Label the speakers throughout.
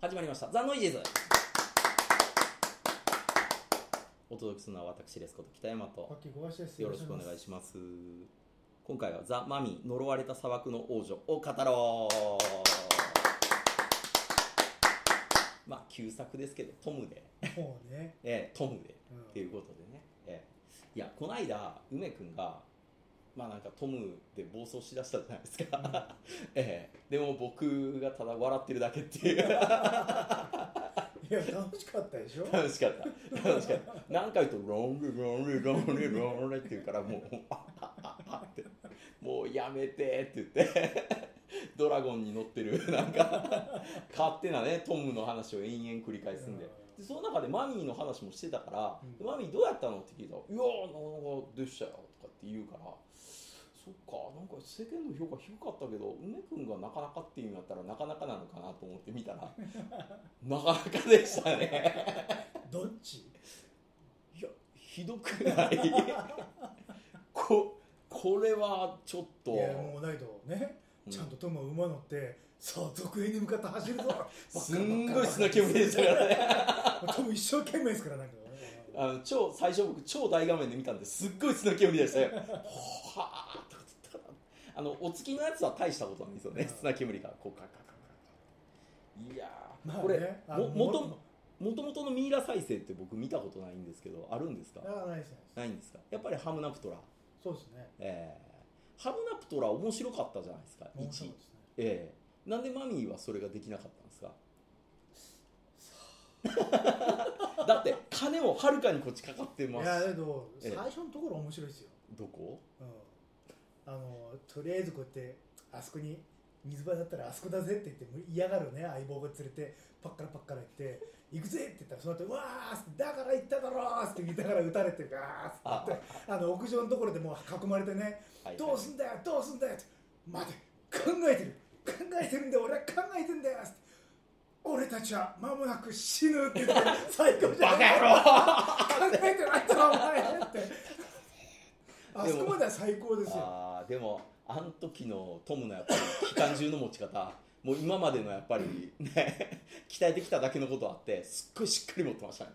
Speaker 1: 始まりました「ザ・ノイジーズ」お届けするのは私ですこと北山と
Speaker 2: パッキー小林です。
Speaker 1: よろしくお願いします今回は「ザ・マミー呪われた砂漠の王女」を語ろうまあ旧作ですけどトムで、
Speaker 2: ます。もうね。
Speaker 1: ええトムで
Speaker 2: うん
Speaker 1: っていうことでね、ええいやこの間梅君がまあなんかトムで暴走しだしたじゃないですか、
Speaker 2: うん
Speaker 1: ええでも僕がただ笑ってるだけっていう
Speaker 2: いや、楽しかったでしょ
Speaker 1: 楽しかった楽しかった何回言うと「ロングロングロングロング」って言うからもう「ああああ」って「もうやめて」って言ってドラゴンに乗ってるなんか勝手なねトムの話を延々繰り返すんで。でその中でマミーの話もしてたから「
Speaker 2: うん
Speaker 1: マミーどうやったの?」って聞いたら「いやーなんかでしたよ」とかって言うから「そっかなんか世間の評価低かったけど梅君がなかなかっていうんやったらなかなかなのかな」と思って見たらなかなかでしたね
Speaker 2: どっち
Speaker 1: いやひどくないここれはちょっと
Speaker 2: いや、もうないとね、
Speaker 1: うん
Speaker 2: ちゃんとトムは馬乗って、さあ、続編に向かって走るぞ
Speaker 1: すんごい砂
Speaker 2: 気
Speaker 1: 煙でしたか らね
Speaker 2: トム一生懸命ですから、なんか。
Speaker 1: あの超最初僕超大画面で見たんですっごい砂煙でしたよはあとかって言ったらあのお月のやつは大したことないんですよね
Speaker 2: うん
Speaker 1: 砂煙がこうカッカッカッカッカッいやー、
Speaker 2: まあね
Speaker 1: これ
Speaker 2: あ
Speaker 1: も
Speaker 2: の
Speaker 1: もともともとのミイラ再生って僕見たことないんですけどあるんですか
Speaker 2: あないですね。
Speaker 1: ないんですかやっぱりハムナプトラ
Speaker 2: そうですね。
Speaker 1: えーハムナプトラ面白かったじゃないですか
Speaker 2: 面白
Speaker 1: 1
Speaker 2: いですね。
Speaker 1: ええなんでマミーはそれができなかったんですか だって金をはるかにこっちかかって
Speaker 2: い
Speaker 1: ま
Speaker 2: や、
Speaker 1: す
Speaker 2: だけど、
Speaker 1: え
Speaker 2: 最
Speaker 1: え
Speaker 2: 初のところ面白いですよ。
Speaker 1: どこ
Speaker 2: うん。あの、とりあえずこうやって、あそこに、水場だったらあそこだぜって言って嫌がるね相棒が連れてパッカラパッカラ行って行くぜって言ったらその後うわーっつってだから行っただろーっつって見ながら撃たれてガーッつってあの屋上のところでもう囲まれてね
Speaker 1: はい
Speaker 2: どうすんだよどうすんだよって待て考えてる考えてるんだよ俺は考えてんだよつって俺たちは間もなく死ぬって言って最高じゃ
Speaker 1: バ
Speaker 2: ない
Speaker 1: カ
Speaker 2: 考えてないだろお前ってあそこまでは最高で
Speaker 1: 野
Speaker 2: す
Speaker 1: 郎
Speaker 2: よ
Speaker 1: ああでもあの時のトムのやっぱり機関銃の持ち方もう今までのやっぱりね鍛えてきただけのことあってすっごいしっかり持ってましたね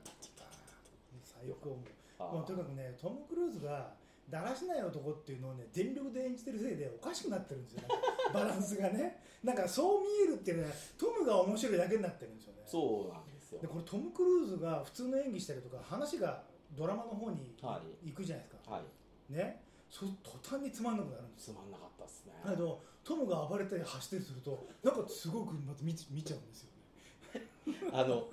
Speaker 2: 最高も
Speaker 1: あ
Speaker 2: うもうとにかくねトム・クルーズがだらしない男っていうのをね全力で演じてるせいでおかしくなってるんで すよなんかバランスがねなんかそう見えるっていうねトムが面白いだけになってるんですよね
Speaker 1: そうなんですよ
Speaker 2: でこれトム・クルーズが普通の演技したりとか話がドラマの方に
Speaker 1: は
Speaker 2: 行くじゃないですか、
Speaker 1: はい
Speaker 2: ねそう途端につまんなくなるんです
Speaker 1: つ
Speaker 2: よ
Speaker 1: まんなかったですね
Speaker 2: だけどトムが暴れたり走ったりするとなんかすごくまた見ち見ちゃうんですよね
Speaker 1: あの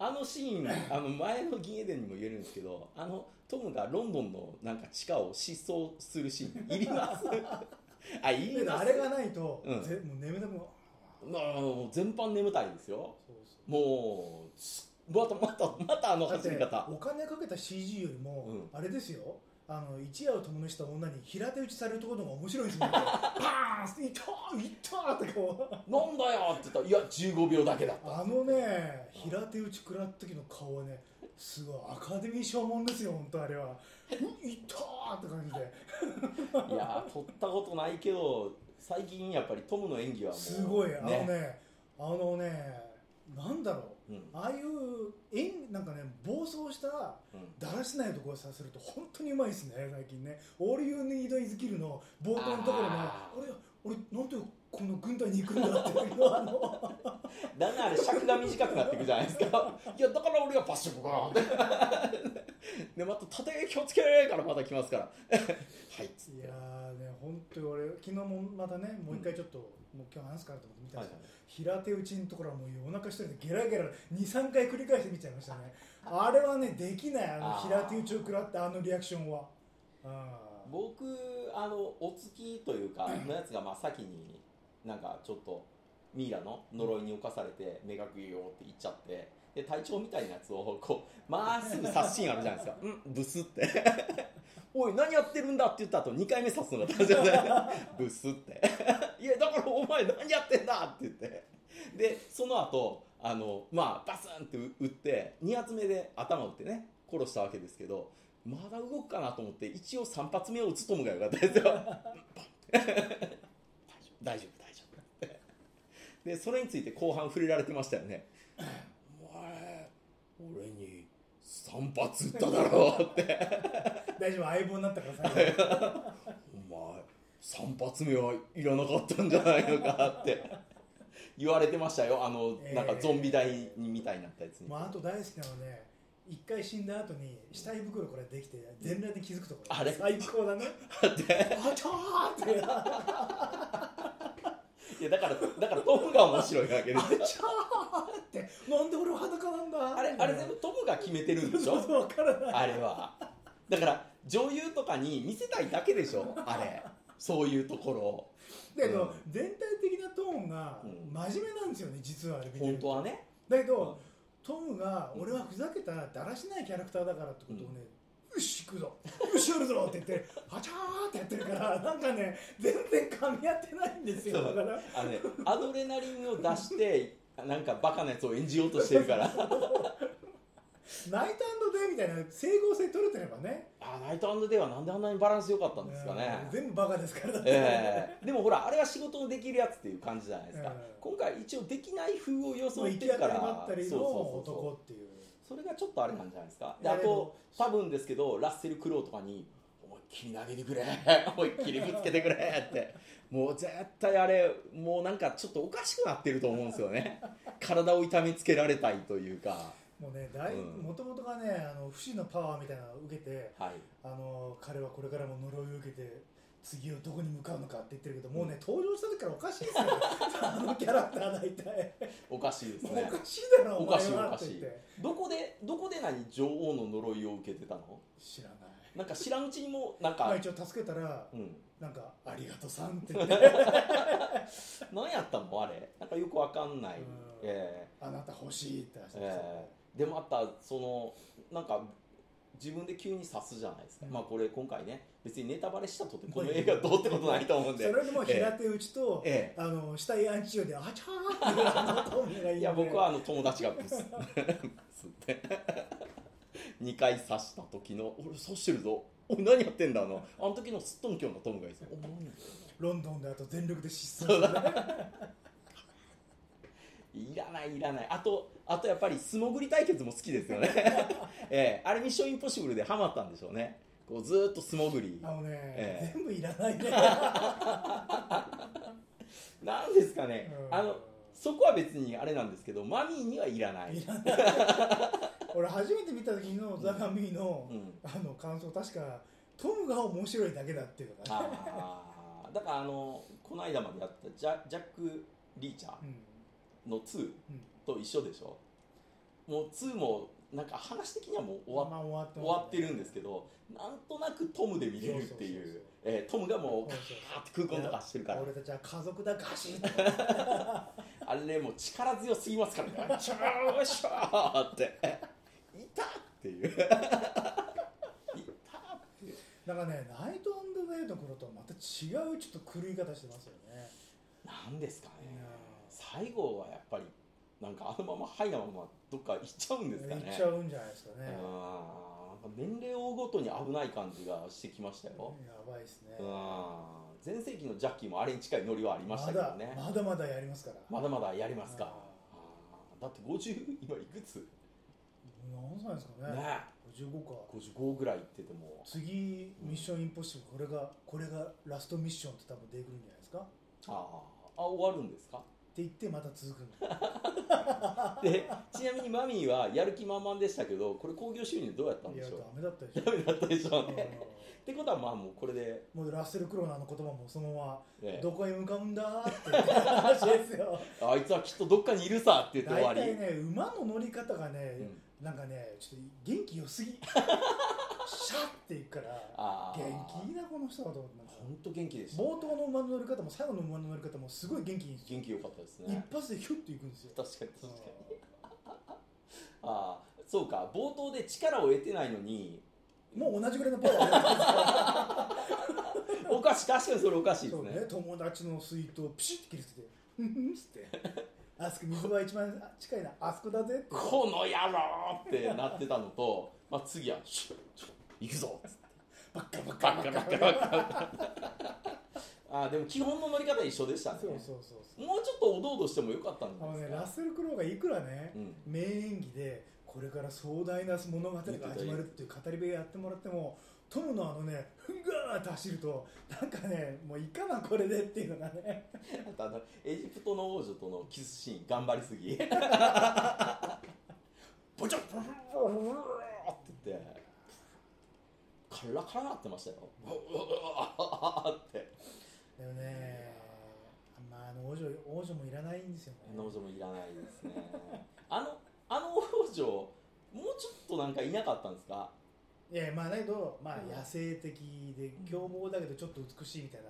Speaker 1: あのシーンあの前の「銀エデン」にも言えるんですけどあのトムがロンドンのなんか地下を疾走するシーンいります あいり
Speaker 2: だけど
Speaker 1: ま
Speaker 2: あ
Speaker 1: す
Speaker 2: れがないと、
Speaker 1: うん
Speaker 2: ぜもう眠たくなる
Speaker 1: まあもう全般眠たいですよ
Speaker 2: そうそう
Speaker 1: もうすまたまたまたあの
Speaker 2: だっ
Speaker 1: 走り
Speaker 2: て
Speaker 1: 方
Speaker 2: お金かけた CG よりも、
Speaker 1: うん
Speaker 2: あれですよあの一夜を共にした女に平手打ちされるところの方が面白いんですよパーンいったいったってこう
Speaker 1: なんだよって言ったらいや15秒だけだった
Speaker 2: あのね平手打ち食らった時の顔はねすごいアカデミー賞もんですよ本当あれはうんいったって感じで
Speaker 1: いやー撮ったことないけど最近やっぱりトムの演技はもう
Speaker 2: すごいあのね
Speaker 1: ね
Speaker 2: あのねなんだろ
Speaker 1: うんう
Speaker 2: うああいう演なんかね暴走した
Speaker 1: ん
Speaker 2: だらしないところをさせると本当にうまいですね最近ね「オールユーニードイズキルの冒頭のところの
Speaker 1: あ
Speaker 2: あ
Speaker 1: ー
Speaker 2: れ俺なんでこの軍隊に行くんだっていうの あの
Speaker 1: だんだんあれ尺が短くなっていくじゃないですか いやだから俺はパッションかな でまた縦気をつけられからまた来ます からはいっつっ
Speaker 2: い
Speaker 1: て
Speaker 2: やーね本当に俺昨日もまたねもう一回ちょっと、もう今日話すからと思って見たん
Speaker 1: は
Speaker 2: で
Speaker 1: い
Speaker 2: すよ、平手打ちのところはもうお腹一人でゲラゲラ23回繰り返して見ちゃいましたねあれはねできないあ
Speaker 1: あ
Speaker 2: の
Speaker 1: ー
Speaker 2: 平手打ちを食らったあのリアクションはあー
Speaker 1: 僕あのお月というかのやつがまあ先になんかちょっとミイラの呪いに侵されて目がグヨーっていっちゃってで隊長みたいなやつをこうまっすぐ殺シーンあるじゃないですかうんブスって おい何やってるんだって言った後2回目刺すのが大丈夫だよブスって いやだからお前何やってんだって言ってでその後あのまあバスンって撃って2発目で頭打ってね殺したわけですけどまだ動くかなと思って一応3発目を打つトムが よかったですよ大丈夫大丈夫大丈夫でそれについて後半触れられてましたよねお前俺に3発撃っただろうって
Speaker 2: 大丈夫相棒になったから最後
Speaker 1: お前3発目はいらなかったんじゃないのかって言われてましたよあの、
Speaker 2: えー
Speaker 1: なんかゾンビ大にみたいになったやつに、
Speaker 2: まああと大好きなのはね一回死んだ後に死体袋からできて全裸で気づくところ
Speaker 1: あれ
Speaker 2: 最高だね
Speaker 1: って
Speaker 2: あちょーってあ
Speaker 1: いやだからだからトムが面白いわけですよ
Speaker 2: ちょーってなんで俺は裸なんだ
Speaker 1: あれあれ全部トムが決めてるんでし
Speaker 2: ちょっ
Speaker 1: ょ
Speaker 2: とわから ない
Speaker 1: あれはだから女優とかに見せたいだけでしょあれそういうところを
Speaker 2: だけど、
Speaker 1: う
Speaker 2: 全体的なトーンが
Speaker 1: うん
Speaker 2: 真面目なんですよね実はあれ見て
Speaker 1: 本
Speaker 2: る
Speaker 1: 当
Speaker 2: と
Speaker 1: はね
Speaker 2: だけど、トムが
Speaker 1: うん
Speaker 2: 俺はふざけただらしないキャラクターだからってことをね、よし行くぞよしやるぞって言ってはちゃーってやってるからなんかね全然噛み合ってないんですよ
Speaker 1: そう
Speaker 2: だから
Speaker 1: あのねアドレナリンを出してなんかバカなやつを演じようとしてる から
Speaker 2: ナイトデイみたいな整合性取れてればね
Speaker 1: あナイトデイはなんであんなにバランス良かったんですかね
Speaker 2: うん全部バカですからだって
Speaker 1: ええでもほらあれは仕事のできるやつっていう感じじゃないですか、
Speaker 2: ええ
Speaker 1: 今回一応できない風を
Speaker 2: も
Speaker 1: 装
Speaker 2: う
Speaker 1: っ
Speaker 2: 行
Speaker 1: て
Speaker 2: き
Speaker 1: る
Speaker 2: 当
Speaker 1: か
Speaker 2: たり
Speaker 1: ら
Speaker 2: ばったりの
Speaker 1: そうそうそう
Speaker 2: 男っていう
Speaker 1: それがちょっとあれなんじゃないですか、で
Speaker 2: うん
Speaker 1: あと多分ですけどラッセル・クロウとかに思いっきり投げてくれ 思いっきりぶつけてくれってもう絶対あれもうなんかちょっとおかしくなってると思うんですよね体を痛めつけられたいというか
Speaker 2: もうね大
Speaker 1: うん
Speaker 2: もともとがねあの不死のパワーみたいなのを受けて
Speaker 1: はい
Speaker 2: あの彼はこれからも呪いを受けて次をどこに向かうのかって言ってるけどもうね登場した時からおかしい ですよあのキャラクター大体
Speaker 1: おかしいです
Speaker 2: もう
Speaker 1: ね
Speaker 2: おかしいだろお
Speaker 1: おか
Speaker 2: 前
Speaker 1: しいお
Speaker 2: は
Speaker 1: か
Speaker 2: って
Speaker 1: し
Speaker 2: 言っ
Speaker 1: い
Speaker 2: て
Speaker 1: どこでどこで何女王の呪いを受けてたの
Speaker 2: 知らない
Speaker 1: なんか知らんうちにもなん
Speaker 2: まあ
Speaker 1: か、
Speaker 2: 一応助けたら
Speaker 1: うん、
Speaker 2: なんか「ありがとさん」って言って
Speaker 1: 何やったのあれなんかよくわかんない、
Speaker 2: うん
Speaker 1: え
Speaker 2: 「あなた欲しい」って話
Speaker 1: え
Speaker 2: で
Speaker 1: ええでもあったそのなんか自分で急に刺すじゃないですか、
Speaker 2: うん
Speaker 1: まあこれ今回ね別にネタバレしたとってこの映画どうってことないと思うん
Speaker 2: そ
Speaker 1: で
Speaker 2: れでもう平手打ちと、
Speaker 1: え
Speaker 2: あの死体アンチ中で「あちゃー」っていうあのトーンがい
Speaker 1: え
Speaker 2: いんで
Speaker 1: いや僕はあの友達がブス ブスって2回刺した時の「俺刺してるぞおい何やってんだ」あのあの時のすっとんきょんのトムがいいですよ「お前何やってんだ
Speaker 2: ロンドンであと全力で失踪する ね
Speaker 1: いらないいらないあとあとやっぱり素潜り対決も好きですよね、 ええあれ「ミッションインポッシブル」でハマったんでしょうねこうずーっと素潜り
Speaker 2: あのね、
Speaker 1: ええ
Speaker 2: 全部いらないね
Speaker 1: なんですかね、
Speaker 2: う ん
Speaker 1: あのそこは別にあれなんですけどマミーにはいらない
Speaker 2: いらない俺初めて見た時のザ・ガミーの,、
Speaker 1: うん
Speaker 2: あの感想確かトムが面白いだけだっていうのがね、
Speaker 1: あーだからあのこの間までやったジャジャック・リーチャ
Speaker 2: うん
Speaker 1: ーの2
Speaker 2: うん、
Speaker 1: と一緒でしょもう2もなんか話的にはもう終わっ
Speaker 2: まあ終わって
Speaker 1: 終わってるんですけ
Speaker 2: ど
Speaker 1: どなんとなくトムで見れるってい
Speaker 2: そうそうそう
Speaker 1: う
Speaker 2: そう
Speaker 1: えートムがもう
Speaker 2: そうそう
Speaker 1: ガーって空港とかしてるから
Speaker 2: 俺たちは家族だガシッ
Speaker 1: あれもう力強すぎますからね「ちょーしょー」って「いた!」って いういたっていう
Speaker 2: だからねナイトウェイの頃とはまた違うちょっと狂い方してますよね
Speaker 1: なんですか
Speaker 2: い
Speaker 1: ね
Speaker 2: や
Speaker 1: 最後はやっぱりなんかあのままはいなままどっか行っちゃうんですかね
Speaker 2: いっちゃうんじゃないですか
Speaker 1: うん
Speaker 2: ね
Speaker 1: なんか年齢を追うごとに危ない感じがしてきましたよ、
Speaker 2: やばいですね
Speaker 1: うん前世紀のジャッキーもあれに近いノリはありましたけどね
Speaker 2: まだまだまだやりますから
Speaker 1: まだまだやりますか
Speaker 2: うん
Speaker 1: あーだって50今いくつね
Speaker 2: 何歳ですかね
Speaker 1: え
Speaker 2: 55か
Speaker 1: 55ぐらいいってても
Speaker 2: 次ミッションインポッシブルこれがこれがラストミッションって多分出てくるんじゃないですかっ
Speaker 1: あーあ終わるんですか
Speaker 2: て言ってまた続く んだ
Speaker 1: でちなみにマミーはやる気満々でしたけどこれ興行収入どうやったん
Speaker 2: い
Speaker 1: で
Speaker 2: や
Speaker 1: し
Speaker 2: ダ
Speaker 1: ょう
Speaker 2: メだったでしょ
Speaker 1: ダメだったで しょうね
Speaker 2: う
Speaker 1: ってことはまあもうこれで、
Speaker 2: んもうラッセル・クローナーの言葉もそのま
Speaker 1: え
Speaker 2: ま
Speaker 1: え
Speaker 2: どこへ向かうんだーって 言ってる話ですよ
Speaker 1: あいつはきっとどっかにいるさって言って終わ
Speaker 2: 大
Speaker 1: り、
Speaker 2: 体ね馬の乗り方がね、
Speaker 1: うん
Speaker 2: なんかねちょっと元気良 すぎシャッていくから
Speaker 1: あ
Speaker 2: 元
Speaker 1: ー
Speaker 2: 気いいなこの人はと思ってなんか
Speaker 1: ほんと元気でした
Speaker 2: 冒頭の馬の乗り方も最後の馬の乗り方もすごい元気いいんですよ
Speaker 1: 元気良かったです
Speaker 2: 一
Speaker 1: ね
Speaker 2: 発でヒュッていくんですよ
Speaker 1: 確かに確かにああそうか冒頭で力を得てないのに
Speaker 2: もう同じぐらいのパワーが
Speaker 1: おかしい確かにそれおかしいです
Speaker 2: そう
Speaker 1: ね
Speaker 2: ね友達の水筒をピシッて切りつけ て「ふんふん」っつって 「あそこ水場一番近いなあそこだぜ」って
Speaker 1: この野郎ってなってたのと、まあ、次はシュッ「行くぞ」っつって
Speaker 2: バッカバッカ
Speaker 1: バッカバッカバッカあでも基本の乗り方一緒でしたね
Speaker 2: そうそうそうそう
Speaker 1: もうちょっとおどおどしてもよかったんじ
Speaker 2: あ
Speaker 1: ゃな
Speaker 2: の
Speaker 1: いです
Speaker 2: ね
Speaker 1: か
Speaker 2: ラッセル・クロウがいくらね、
Speaker 1: うん
Speaker 2: 名演技でこれから壮大な物語が始まるっていう語り部やってもらってもトムのあのねふんがーって走るとなんかねもういいかなこれでっていうのがね
Speaker 1: あとあのエジプトの王女とのキスシーン頑張りすぎボチョッボチョッボチョッボチョッって言ってカラカラなってましたようわって
Speaker 2: でもねまああの王女王女もいらないんですよ
Speaker 1: あの王
Speaker 2: ね
Speaker 1: 女もいらないですねあのあの王女もうちょっとなんかいなかったんですか
Speaker 2: いやまあだけど、まあ、
Speaker 1: うん
Speaker 2: 野生的で
Speaker 1: うん
Speaker 2: 凶暴だけどちょっと美しいみたいな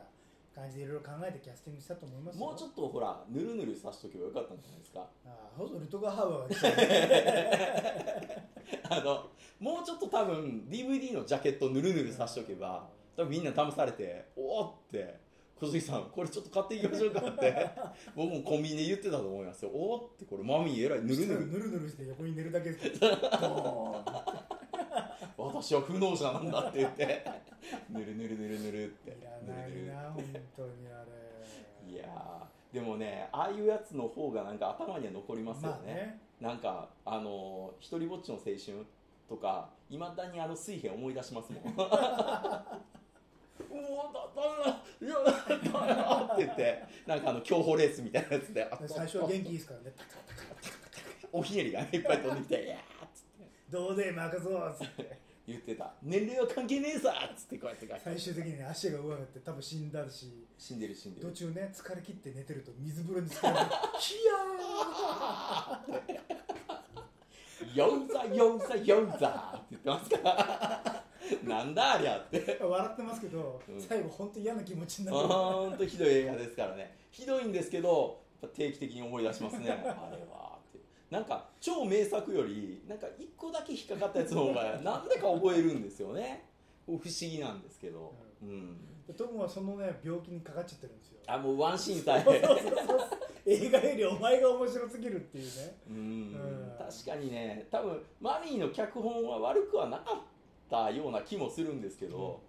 Speaker 2: 感じでいろいろ考えてキャスティングしたと思いますよ
Speaker 1: もうちょっとほらぬるぬるさしとけばよかったんじゃないですか
Speaker 2: ああそうそうルトガーハウアーが来たね
Speaker 1: あのもうちょっと多分 DVD のジャケットぬるぬるさしとけば多分みんな騙されて「おお!」って「小杉さんこれちょっと買っていきましょうか」って 僕もコンビニで言ってたと思いますよ「おお!」ってこれマミーえらいぬるぬる
Speaker 2: ぬるぬるして横に寝るだけですから ドーン
Speaker 1: 私は不能者なんだって言って ぬるぬるぬるぬるっ
Speaker 2: い
Speaker 1: て
Speaker 2: ら
Speaker 1: ぬ
Speaker 2: な
Speaker 1: るぬ
Speaker 2: い
Speaker 1: る
Speaker 2: な、本当にあれ。
Speaker 1: いやーでもねああいうやつの方がなんか頭には残りますよ
Speaker 2: まあね。
Speaker 1: なんかあのー、一人ぼっちの青春とかいまだにあの水平思い出しますもんうわだだだだだって言ってなんかあの競歩レースみたいなやつであ
Speaker 2: 最初は元気
Speaker 1: あ
Speaker 2: いいですからね、パカパカ
Speaker 1: おひねりが、ね、いっぱい飛んできて「いやー」っつって
Speaker 2: どうで任そうっつって、
Speaker 1: 言ってた「年齢は関係ねえさ」っつってこうやって書いて
Speaker 2: 最終的に足が上手くって、多分死んだし、
Speaker 1: 死んでる死んで
Speaker 2: 途
Speaker 1: る
Speaker 2: 中ね、疲れ切って寝てると、水風呂に浸 かると、ヒ
Speaker 1: ヨウザヨウザヨウザって言ってますからなんだありゃって
Speaker 2: ヤー笑ってますけど
Speaker 1: うん、
Speaker 2: 最後、本当嫌な気持ちになる。
Speaker 1: ほんとひどい映画ですからねひどいんですけどやっぱ定期的に思い出しますねあれはってなんか超名作よりなんか一個だけ引っかかったやつの方がなんでか覚えるんですよね不思議なんですけど、うん、
Speaker 2: トムはそのね、病気にかかっちゃってるんですよ。
Speaker 1: あもうワンシーン大
Speaker 2: そう
Speaker 1: 変
Speaker 2: そうそうそう映画よりお前が面白すぎるっていうね。
Speaker 1: うん
Speaker 2: うん
Speaker 1: 確かにね多分マリーの脚本は悪くはなかったような気もするんですけど、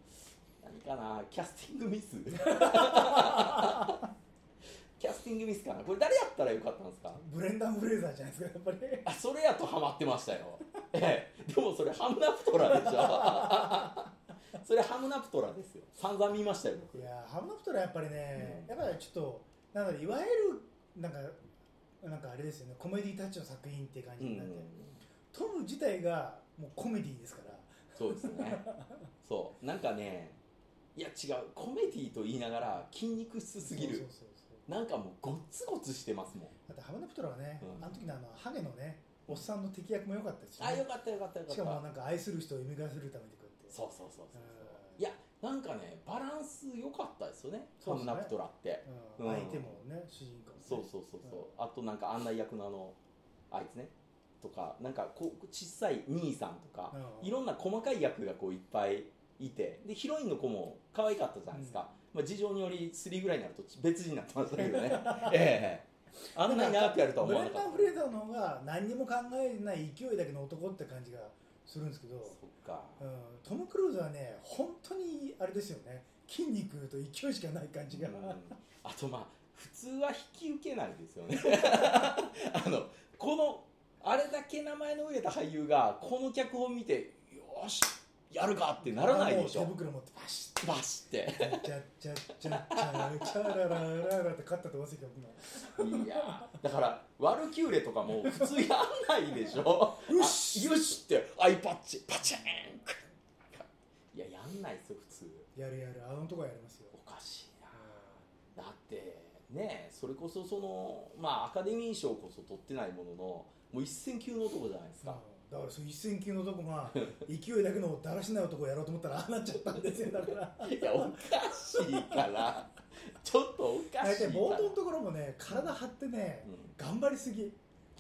Speaker 1: 何かなキャスティングミス キャスティングミスかなこれ誰やったらよかったんですか
Speaker 2: ブレンダン・フレイザーじゃないですか、やっぱり。
Speaker 1: あそれやとハマってましたよ、 ええ、でもそれハムナプトラでしょ それハムナプトラですよ散々見ましたよ僕
Speaker 2: いやーハムナプトラやっぱり
Speaker 1: う
Speaker 2: ね、
Speaker 1: ん
Speaker 2: やっぱりちょっとなんだろういわゆるなんかなんかあれですよねコメディタッチの作品っていう感
Speaker 1: う
Speaker 2: じになって、
Speaker 1: ん
Speaker 2: トム自体がもうコメディですから
Speaker 1: そうですねそうなんかねいや違うコメディと言いながら筋肉質すぎる
Speaker 2: そうそうそうそ
Speaker 1: なんかもうごっつごつしてますもん
Speaker 2: うだってハムナプトラはね、
Speaker 1: うん
Speaker 2: あの時のあのハゲのねおっさんの敵役も良かったですよ、
Speaker 1: あよ
Speaker 2: ね、
Speaker 1: かったよかったよかっ
Speaker 2: しかも
Speaker 1: た
Speaker 2: なんか愛する人を蘇らせるためにこうやって
Speaker 1: そうそうそうそう
Speaker 2: うん
Speaker 1: いやなんかねバランス良かったですよねハ
Speaker 2: そうで
Speaker 1: ム
Speaker 2: すね
Speaker 1: ナプトラって
Speaker 2: うん
Speaker 1: うん
Speaker 2: 相手もね主人公もね
Speaker 1: そうそうそうそう、あとなんか案内役のあのあいつねとかなんかこう小さい兄さんとか、
Speaker 2: うん
Speaker 1: いろんな細かい役がこういっぱいいてでヒロインの子も可愛かったじゃないですか、まあ、事情により3ぐらいになると別人になってましたけど ねええあんなに長くやるとは
Speaker 2: ブ
Speaker 1: 思わ
Speaker 2: レ
Speaker 1: な
Speaker 2: ン
Speaker 1: かった
Speaker 2: ダン・フレイザーの方が何にも考えない勢いだけの男って感じがするんですけど
Speaker 1: そっか
Speaker 2: うんトム・クルーズはね、本当にあれですよね、筋肉と勢いしかない感じが、
Speaker 1: うんあとまあ普通は引き受けないですよ ねあのこのあれだけ名前の売れた俳優がこの脚本見てよしやるかってならないでし
Speaker 2: も
Speaker 1: ょ
Speaker 2: う手袋持って、バシ
Speaker 1: バシって
Speaker 2: ッ、チャッチャッチャッチャチャララララって勝ったと思うんですよ、
Speaker 1: いやーだからワルキューレとかも普通やんないでし ょ
Speaker 2: よし
Speaker 1: あよしってアイパッチパチーンクッいややんないですよ普通
Speaker 2: 今やるやる、あのとこはやりますよ。
Speaker 1: おかしいなだってねそれこそそのまあアカデミー賞こそ取ってないもののもう一線級の男じゃないです
Speaker 2: うん
Speaker 1: か、
Speaker 2: だからそう一線級の男が勢いだけのだらしない男をやろうと思ったらああなっちゃったんですよだから
Speaker 1: いやおかしいからちょっとおか
Speaker 2: 大
Speaker 1: しいか
Speaker 2: 体
Speaker 1: ら
Speaker 2: 冒頭のところもね体張ってね
Speaker 1: う
Speaker 2: 頑張りすぎ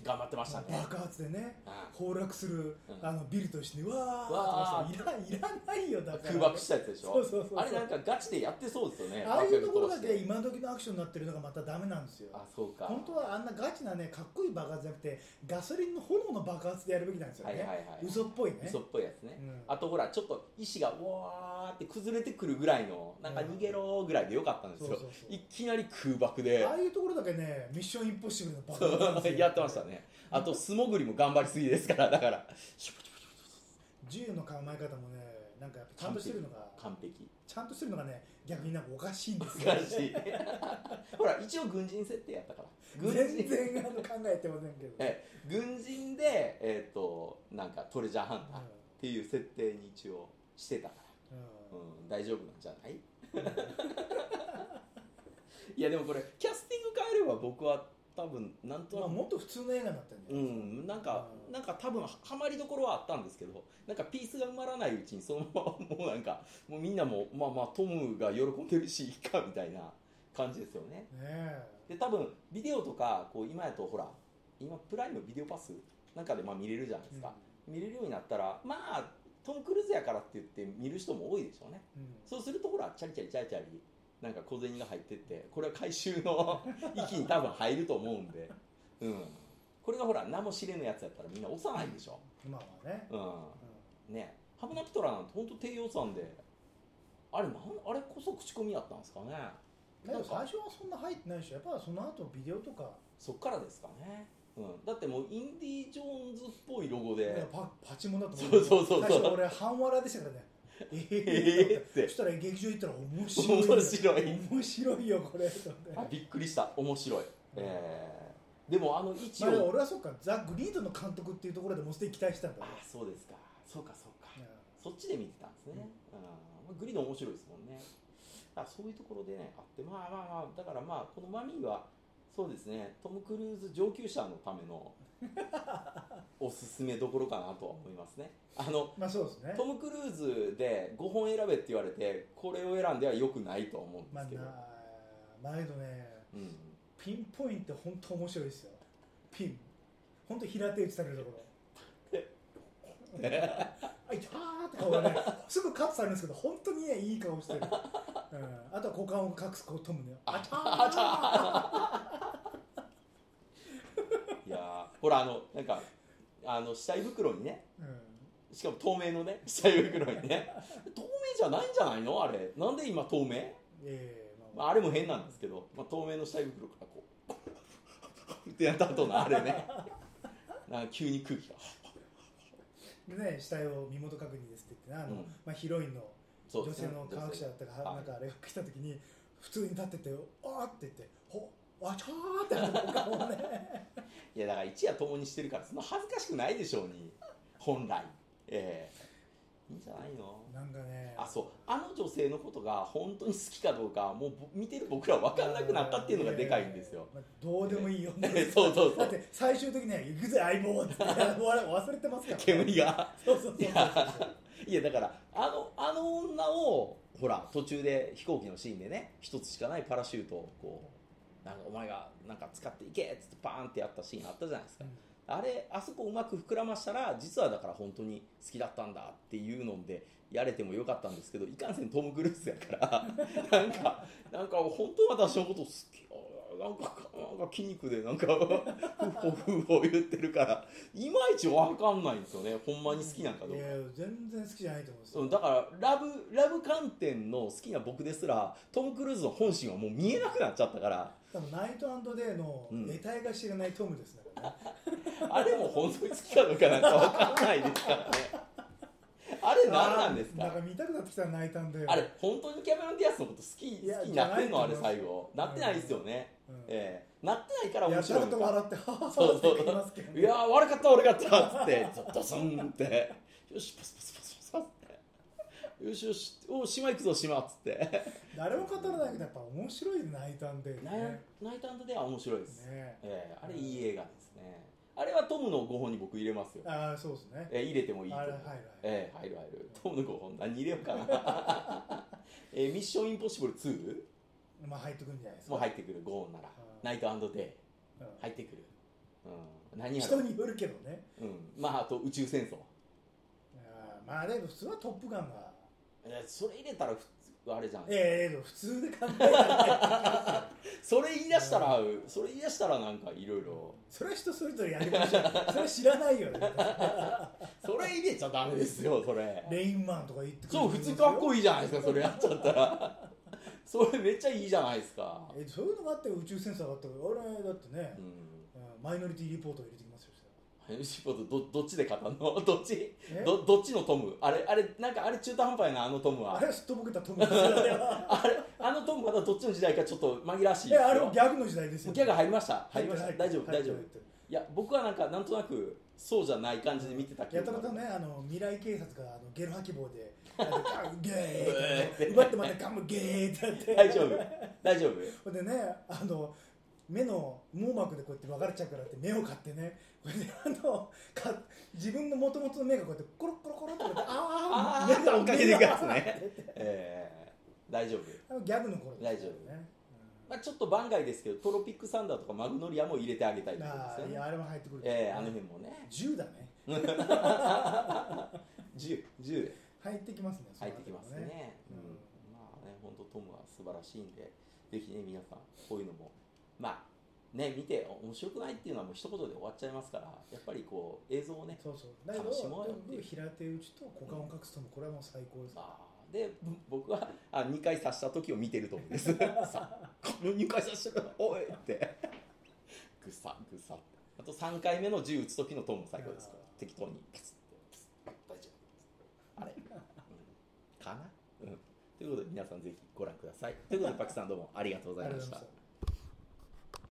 Speaker 1: 頑張ってましたね
Speaker 2: 爆発でね
Speaker 1: う
Speaker 2: 崩落する、
Speaker 1: うん
Speaker 2: あのビルと一緒にわ
Speaker 1: わ
Speaker 2: ー
Speaker 1: ー
Speaker 2: って言ってましたいらいらないよだ
Speaker 1: ん
Speaker 2: から
Speaker 1: 空爆したやつでしょ
Speaker 2: そうそうそう
Speaker 1: あれなんかガチでやってそうですよね
Speaker 2: ああいうところ
Speaker 1: 爆薬飛
Speaker 2: だけ
Speaker 1: ばして
Speaker 2: 今時のアクションになってるのがまたダメなんですよ
Speaker 1: あそうか
Speaker 2: 本当はあんなガチなねかっこいい爆発じゃなくてガソリンの炎の爆発でやるべきなんですよね、
Speaker 1: はいはいはい
Speaker 2: 嘘っぽいね
Speaker 1: 嘘っぽいやつね、
Speaker 2: うん
Speaker 1: あとほらちょっと石がわーって崩れてくるぐらいのなんか逃げろーぐらいでよかったんですよ、
Speaker 2: そうそうそう
Speaker 1: いきなり空爆で
Speaker 2: ああいうところだけねミッションインポッシブルの爆発なんですよ
Speaker 1: やってましたねあと素潜りも頑張りすぎですからだからシュプシュプシ
Speaker 2: 銃の構え方もねなんかやっぱちゃんとしてるのが
Speaker 1: ュ完璧
Speaker 2: ちゃんとしてるのがね逆になんかおかしいんですよ
Speaker 1: 難しいほら一応軍人設定やったから軍
Speaker 2: 全
Speaker 1: 人
Speaker 2: 然あの考えてませんけど、
Speaker 1: え軍人でえっ、となんかトレジャーハンターっていう設定に一応してたか
Speaker 2: うん
Speaker 1: ら、うん、大丈夫なんじゃない いやでもこれキャスティング変えれば僕は多分なんと
Speaker 2: ま
Speaker 1: な
Speaker 2: あ、
Speaker 1: く
Speaker 2: もっと普通の映画になったんじゃ
Speaker 1: う
Speaker 2: ない、
Speaker 1: ん、なんか、
Speaker 2: うん
Speaker 1: なんか多分ははまりどころはあったんですけどなんかピースが埋まらないうちにそのままもうなんかもうみんなもまあまあトムが喜んでるしいいかみたいな感じですよね
Speaker 2: ねえ
Speaker 1: で多分ビデオとかこう今やとほら今プライムビデオパスなんかでまあ見れるじゃないですか、見れるようになったらまあトム・クルーズやからって言って見る人も多いでしょうね
Speaker 2: うん
Speaker 1: そうするとほらチャリチャリチャリチャリなんか小銭が入ってってこれは回収 の域に多分入ると思うんで、うん、これがほら名も知れぬやつやったらみんな押さないでしょ、
Speaker 2: うんまあまあね、
Speaker 1: う、
Speaker 2: うん
Speaker 1: ねハブナプトラなんて本当低予算であれなんあれこそ口コミやったんですかね
Speaker 2: ん、だけど最初はそんな入ってないでしょやっぱその後ビデオとか
Speaker 1: そっからですかね、うん、だってもうインディ・ジョーンズっぽいロゴで
Speaker 2: パパチモンだと思
Speaker 1: そうそうそうそう
Speaker 2: 最初俺半笑いでしたからね
Speaker 1: え
Speaker 2: えー
Speaker 1: ーって
Speaker 2: そしたら劇場行ったら面白い
Speaker 1: 面白い
Speaker 2: 面白いよこれと思って
Speaker 1: あびっくりした面白い、えー、でもあの一
Speaker 2: まあでも
Speaker 1: 応
Speaker 2: 俺はそっかザ・グリードの監督っていうところでもうすでに期待してたんだ
Speaker 1: あ
Speaker 2: ね
Speaker 1: そうですかそうかそうか、
Speaker 2: うん
Speaker 1: そっちで見てたんですね、うんグリード面白いですもんねだからそういうところでねあってまあまあまあだからまあこのマミーはそうですねトム・クルーズ上級者のため のおすすめどころかなとは思いますねあの
Speaker 2: まあそうですね
Speaker 1: トム・クルーズで5本選べって言われてこれを選んではよくないとは思うんで
Speaker 2: まあ
Speaker 1: すけど、
Speaker 2: なだけどね
Speaker 1: うん、
Speaker 2: ピンポイント本当面白いですよピン本当平手打ちされるところあいたーって顔がねすぐカットされるんですけど本当にねいい顔してる、うん、あとは股間を隠すこうトムねあたー
Speaker 1: いやーほらあのなんかあの死体袋にね
Speaker 2: うん
Speaker 1: しかも透明のね死体袋に ね透明じゃないんじゃないのあれなんで今透明
Speaker 2: ええ
Speaker 1: まあ、あれも変なんですけど、まあ、透明の下袋からこう ってやった後のあれ ねなんか急に空気が
Speaker 2: でね死体を身元確認ですって言ってねあの、
Speaker 1: うん
Speaker 2: まあ、ヒロインの
Speaker 1: そう
Speaker 2: 女
Speaker 1: です
Speaker 2: 性
Speaker 1: ね
Speaker 2: の科学者だったか、
Speaker 1: はい
Speaker 2: なんかあれが来た時に普通に立ってて「あー」って言って「ほわちゃー」ってあの顔をね
Speaker 1: いやだから一夜共にしてるからそんな恥ずかしくないでしょうに本来ええいいんじゃないの
Speaker 2: なんかね
Speaker 1: あそうあの女性のことが本当に好きかどうかもうぼ見てる僕ら分かんなくなったっていうのがでかいんですよ、
Speaker 2: まあどうでもいいよ、
Speaker 1: そうそうそ
Speaker 2: だっ
Speaker 1: う
Speaker 2: て最終的には「行くぜ相棒」って言ってあの忘れてますから、
Speaker 1: 煙が
Speaker 2: そうそうそう
Speaker 1: い
Speaker 2: そう
Speaker 1: やいやだからあのあの女をほら途中で飛行機のシーンでね一つしかないパラシュートをこうなんかお前がなんか使っていけっつってバーンってやったシーンあったじゃないですか、あれあそこうまく膨らましたら実はだから本当に好きだったんだっていうのでやれてもよかったんですけどいかんせんトム・クルーズやから なんかなんか本当は私のこと好きあなんかなんか筋肉でなんかふほふほ言ってるからいまいちわかんないんですよねほんまに好きなんかどうか
Speaker 2: い。や全然好きじゃないと思うんですよ
Speaker 1: うん、だからラブラブ観点の好きな僕ですらトム・クルーズの本心はもう見えなくなっちゃったから
Speaker 2: 多分ナイトデイの
Speaker 1: うん
Speaker 2: 得体が知れないトムですね、
Speaker 1: あれも本当に好きかどうかなんか分かんないですからねあれ何なんです
Speaker 2: なん
Speaker 1: か
Speaker 2: か見たくなってきたら泣いたんだよ
Speaker 1: あれ本当にキャメロン・ディアスのこと好き
Speaker 2: いや
Speaker 1: 好きになってんのあ
Speaker 2: じ
Speaker 1: れ
Speaker 2: ゃない
Speaker 1: 最
Speaker 2: と
Speaker 1: 後
Speaker 2: 思います
Speaker 1: なってないですよね、
Speaker 2: うん
Speaker 1: ええなってないから
Speaker 2: や
Speaker 1: 面
Speaker 2: た
Speaker 1: 白い
Speaker 2: ら
Speaker 1: の
Speaker 2: と
Speaker 1: か
Speaker 2: 笑って「はは
Speaker 1: そうそ
Speaker 2: は
Speaker 1: う
Speaker 2: って言いますけど、
Speaker 1: いやー悪かった悪かったっつってゾッドスンってよしパスパスパスパスパスってよしよしお島行くぞ島っつって
Speaker 2: 誰も語らないけどやっぱ面白いナイトデイね
Speaker 1: ナイナイトデイは面白いです、
Speaker 2: ね
Speaker 1: えー、あれいい映画ですねあれはトムの5本に僕入れますよ、
Speaker 2: ああそうですね
Speaker 1: えー、入れてもいいと
Speaker 2: あ
Speaker 1: 思
Speaker 2: れ
Speaker 1: う
Speaker 2: はいはい、
Speaker 1: えー、入る入るトムの5本何入れようかな、 えー、ミッションインポッシブル2
Speaker 2: まあ入ってくるんじゃないですか
Speaker 1: も入ってくる5本なら、
Speaker 2: うん
Speaker 1: ナイトデイ
Speaker 2: うん
Speaker 1: 入ってくる、うん、何や
Speaker 2: 人
Speaker 1: ろ、
Speaker 2: によるけどね
Speaker 1: うん、まああと宇宙戦争
Speaker 2: あーまあでも普通は「トップガンが」
Speaker 1: えそれ入れたら普通あれじゃん、
Speaker 2: ええ普通で考えた らね
Speaker 1: それ言い出したら、それ言い出したらなんかいろいろ
Speaker 2: それは人それぞれやりま しょうそれは知らないよね
Speaker 1: それ入れちゃダメですよそれ
Speaker 2: レインマンとか言って
Speaker 1: そう普通かっ
Speaker 2: いい
Speaker 1: こいいじゃないですかそれやっちゃったらそれめっちゃいいじゃないですか、
Speaker 2: えそういうのがあって宇宙センサーがあったからあれだってね
Speaker 1: う、ん
Speaker 2: うんマイノリティリポートを入れてきますよそしたら
Speaker 1: 仕事どどっちで語んの どっち
Speaker 2: え
Speaker 1: どどっちのトムあれあれなんかあれ中途半端やなあのトム
Speaker 2: あ
Speaker 1: は
Speaker 2: れはすっとぼけたトムですよね
Speaker 1: あれあのトムまだどっちの時代かちょっと紛らわ しい
Speaker 2: い
Speaker 1: ですよ
Speaker 2: やあれもギャグの時代です
Speaker 1: も
Speaker 2: よ
Speaker 1: うギャグ入りました入りました
Speaker 2: 入って
Speaker 1: 大丈夫
Speaker 2: 入っ
Speaker 1: 大
Speaker 2: て
Speaker 1: 丈夫
Speaker 2: 入って
Speaker 1: いや僕はなんかなんとなくそうじゃない感じで見てたけど
Speaker 2: やたらとねあの未来警察があのゲロ吐き棒であのガムゲー って奪ってまたガムゲーってやって
Speaker 1: 大丈夫大丈夫
Speaker 2: ほんでねあの目の網膜でこうやって分かれちゃうからって目を買ってねこれであのか自分のもともとの目がこうやってコロコロコロってこうやってあ
Speaker 1: あ
Speaker 2: ー
Speaker 1: ー
Speaker 2: 目が
Speaker 1: 追っかけていくやつね
Speaker 2: 目がって
Speaker 1: えー、大丈夫
Speaker 2: あのギャグの頃です
Speaker 1: 大丈夫
Speaker 2: ね
Speaker 1: まあちょっと番外ですけどトロピックサンダーとかマグノリアも入れてあげたい
Speaker 2: うん
Speaker 1: ところ
Speaker 2: あ
Speaker 1: です
Speaker 2: ーい
Speaker 1: よ
Speaker 2: や
Speaker 1: ね
Speaker 2: あれも入ってくる
Speaker 1: えー、あの辺もね
Speaker 2: 銃だね
Speaker 1: 10 10で
Speaker 2: 入ってきますねそ
Speaker 1: 入
Speaker 2: の
Speaker 1: っ
Speaker 2: 後
Speaker 1: てき
Speaker 2: も
Speaker 1: ますね
Speaker 2: うん
Speaker 1: うん、まあね本当トムは素晴らしいんでぜひね皆さんこういうのもまあね見て面白くないっていうのはもう一言で終わっちゃいますからやっぱりこう映像をね
Speaker 2: そうそうだけど
Speaker 1: 楽しもうよっていう
Speaker 2: 平手打ちと股間を隠すともこれはもう最高です
Speaker 1: あーでぼ僕はあ2回刺した時を見てると思うんです さこの2回刺したからおいってぐさぐさってあと3回目の銃撃つ時のトーンも最高ですから
Speaker 2: あー
Speaker 1: 適当にパスッてパスッて大丈夫あれ、うんかな、うん、ということで皆さんぜひご覧くださいということでパキさんどうもありがとうございまし
Speaker 2: ありがとうございま
Speaker 1: た
Speaker 2: した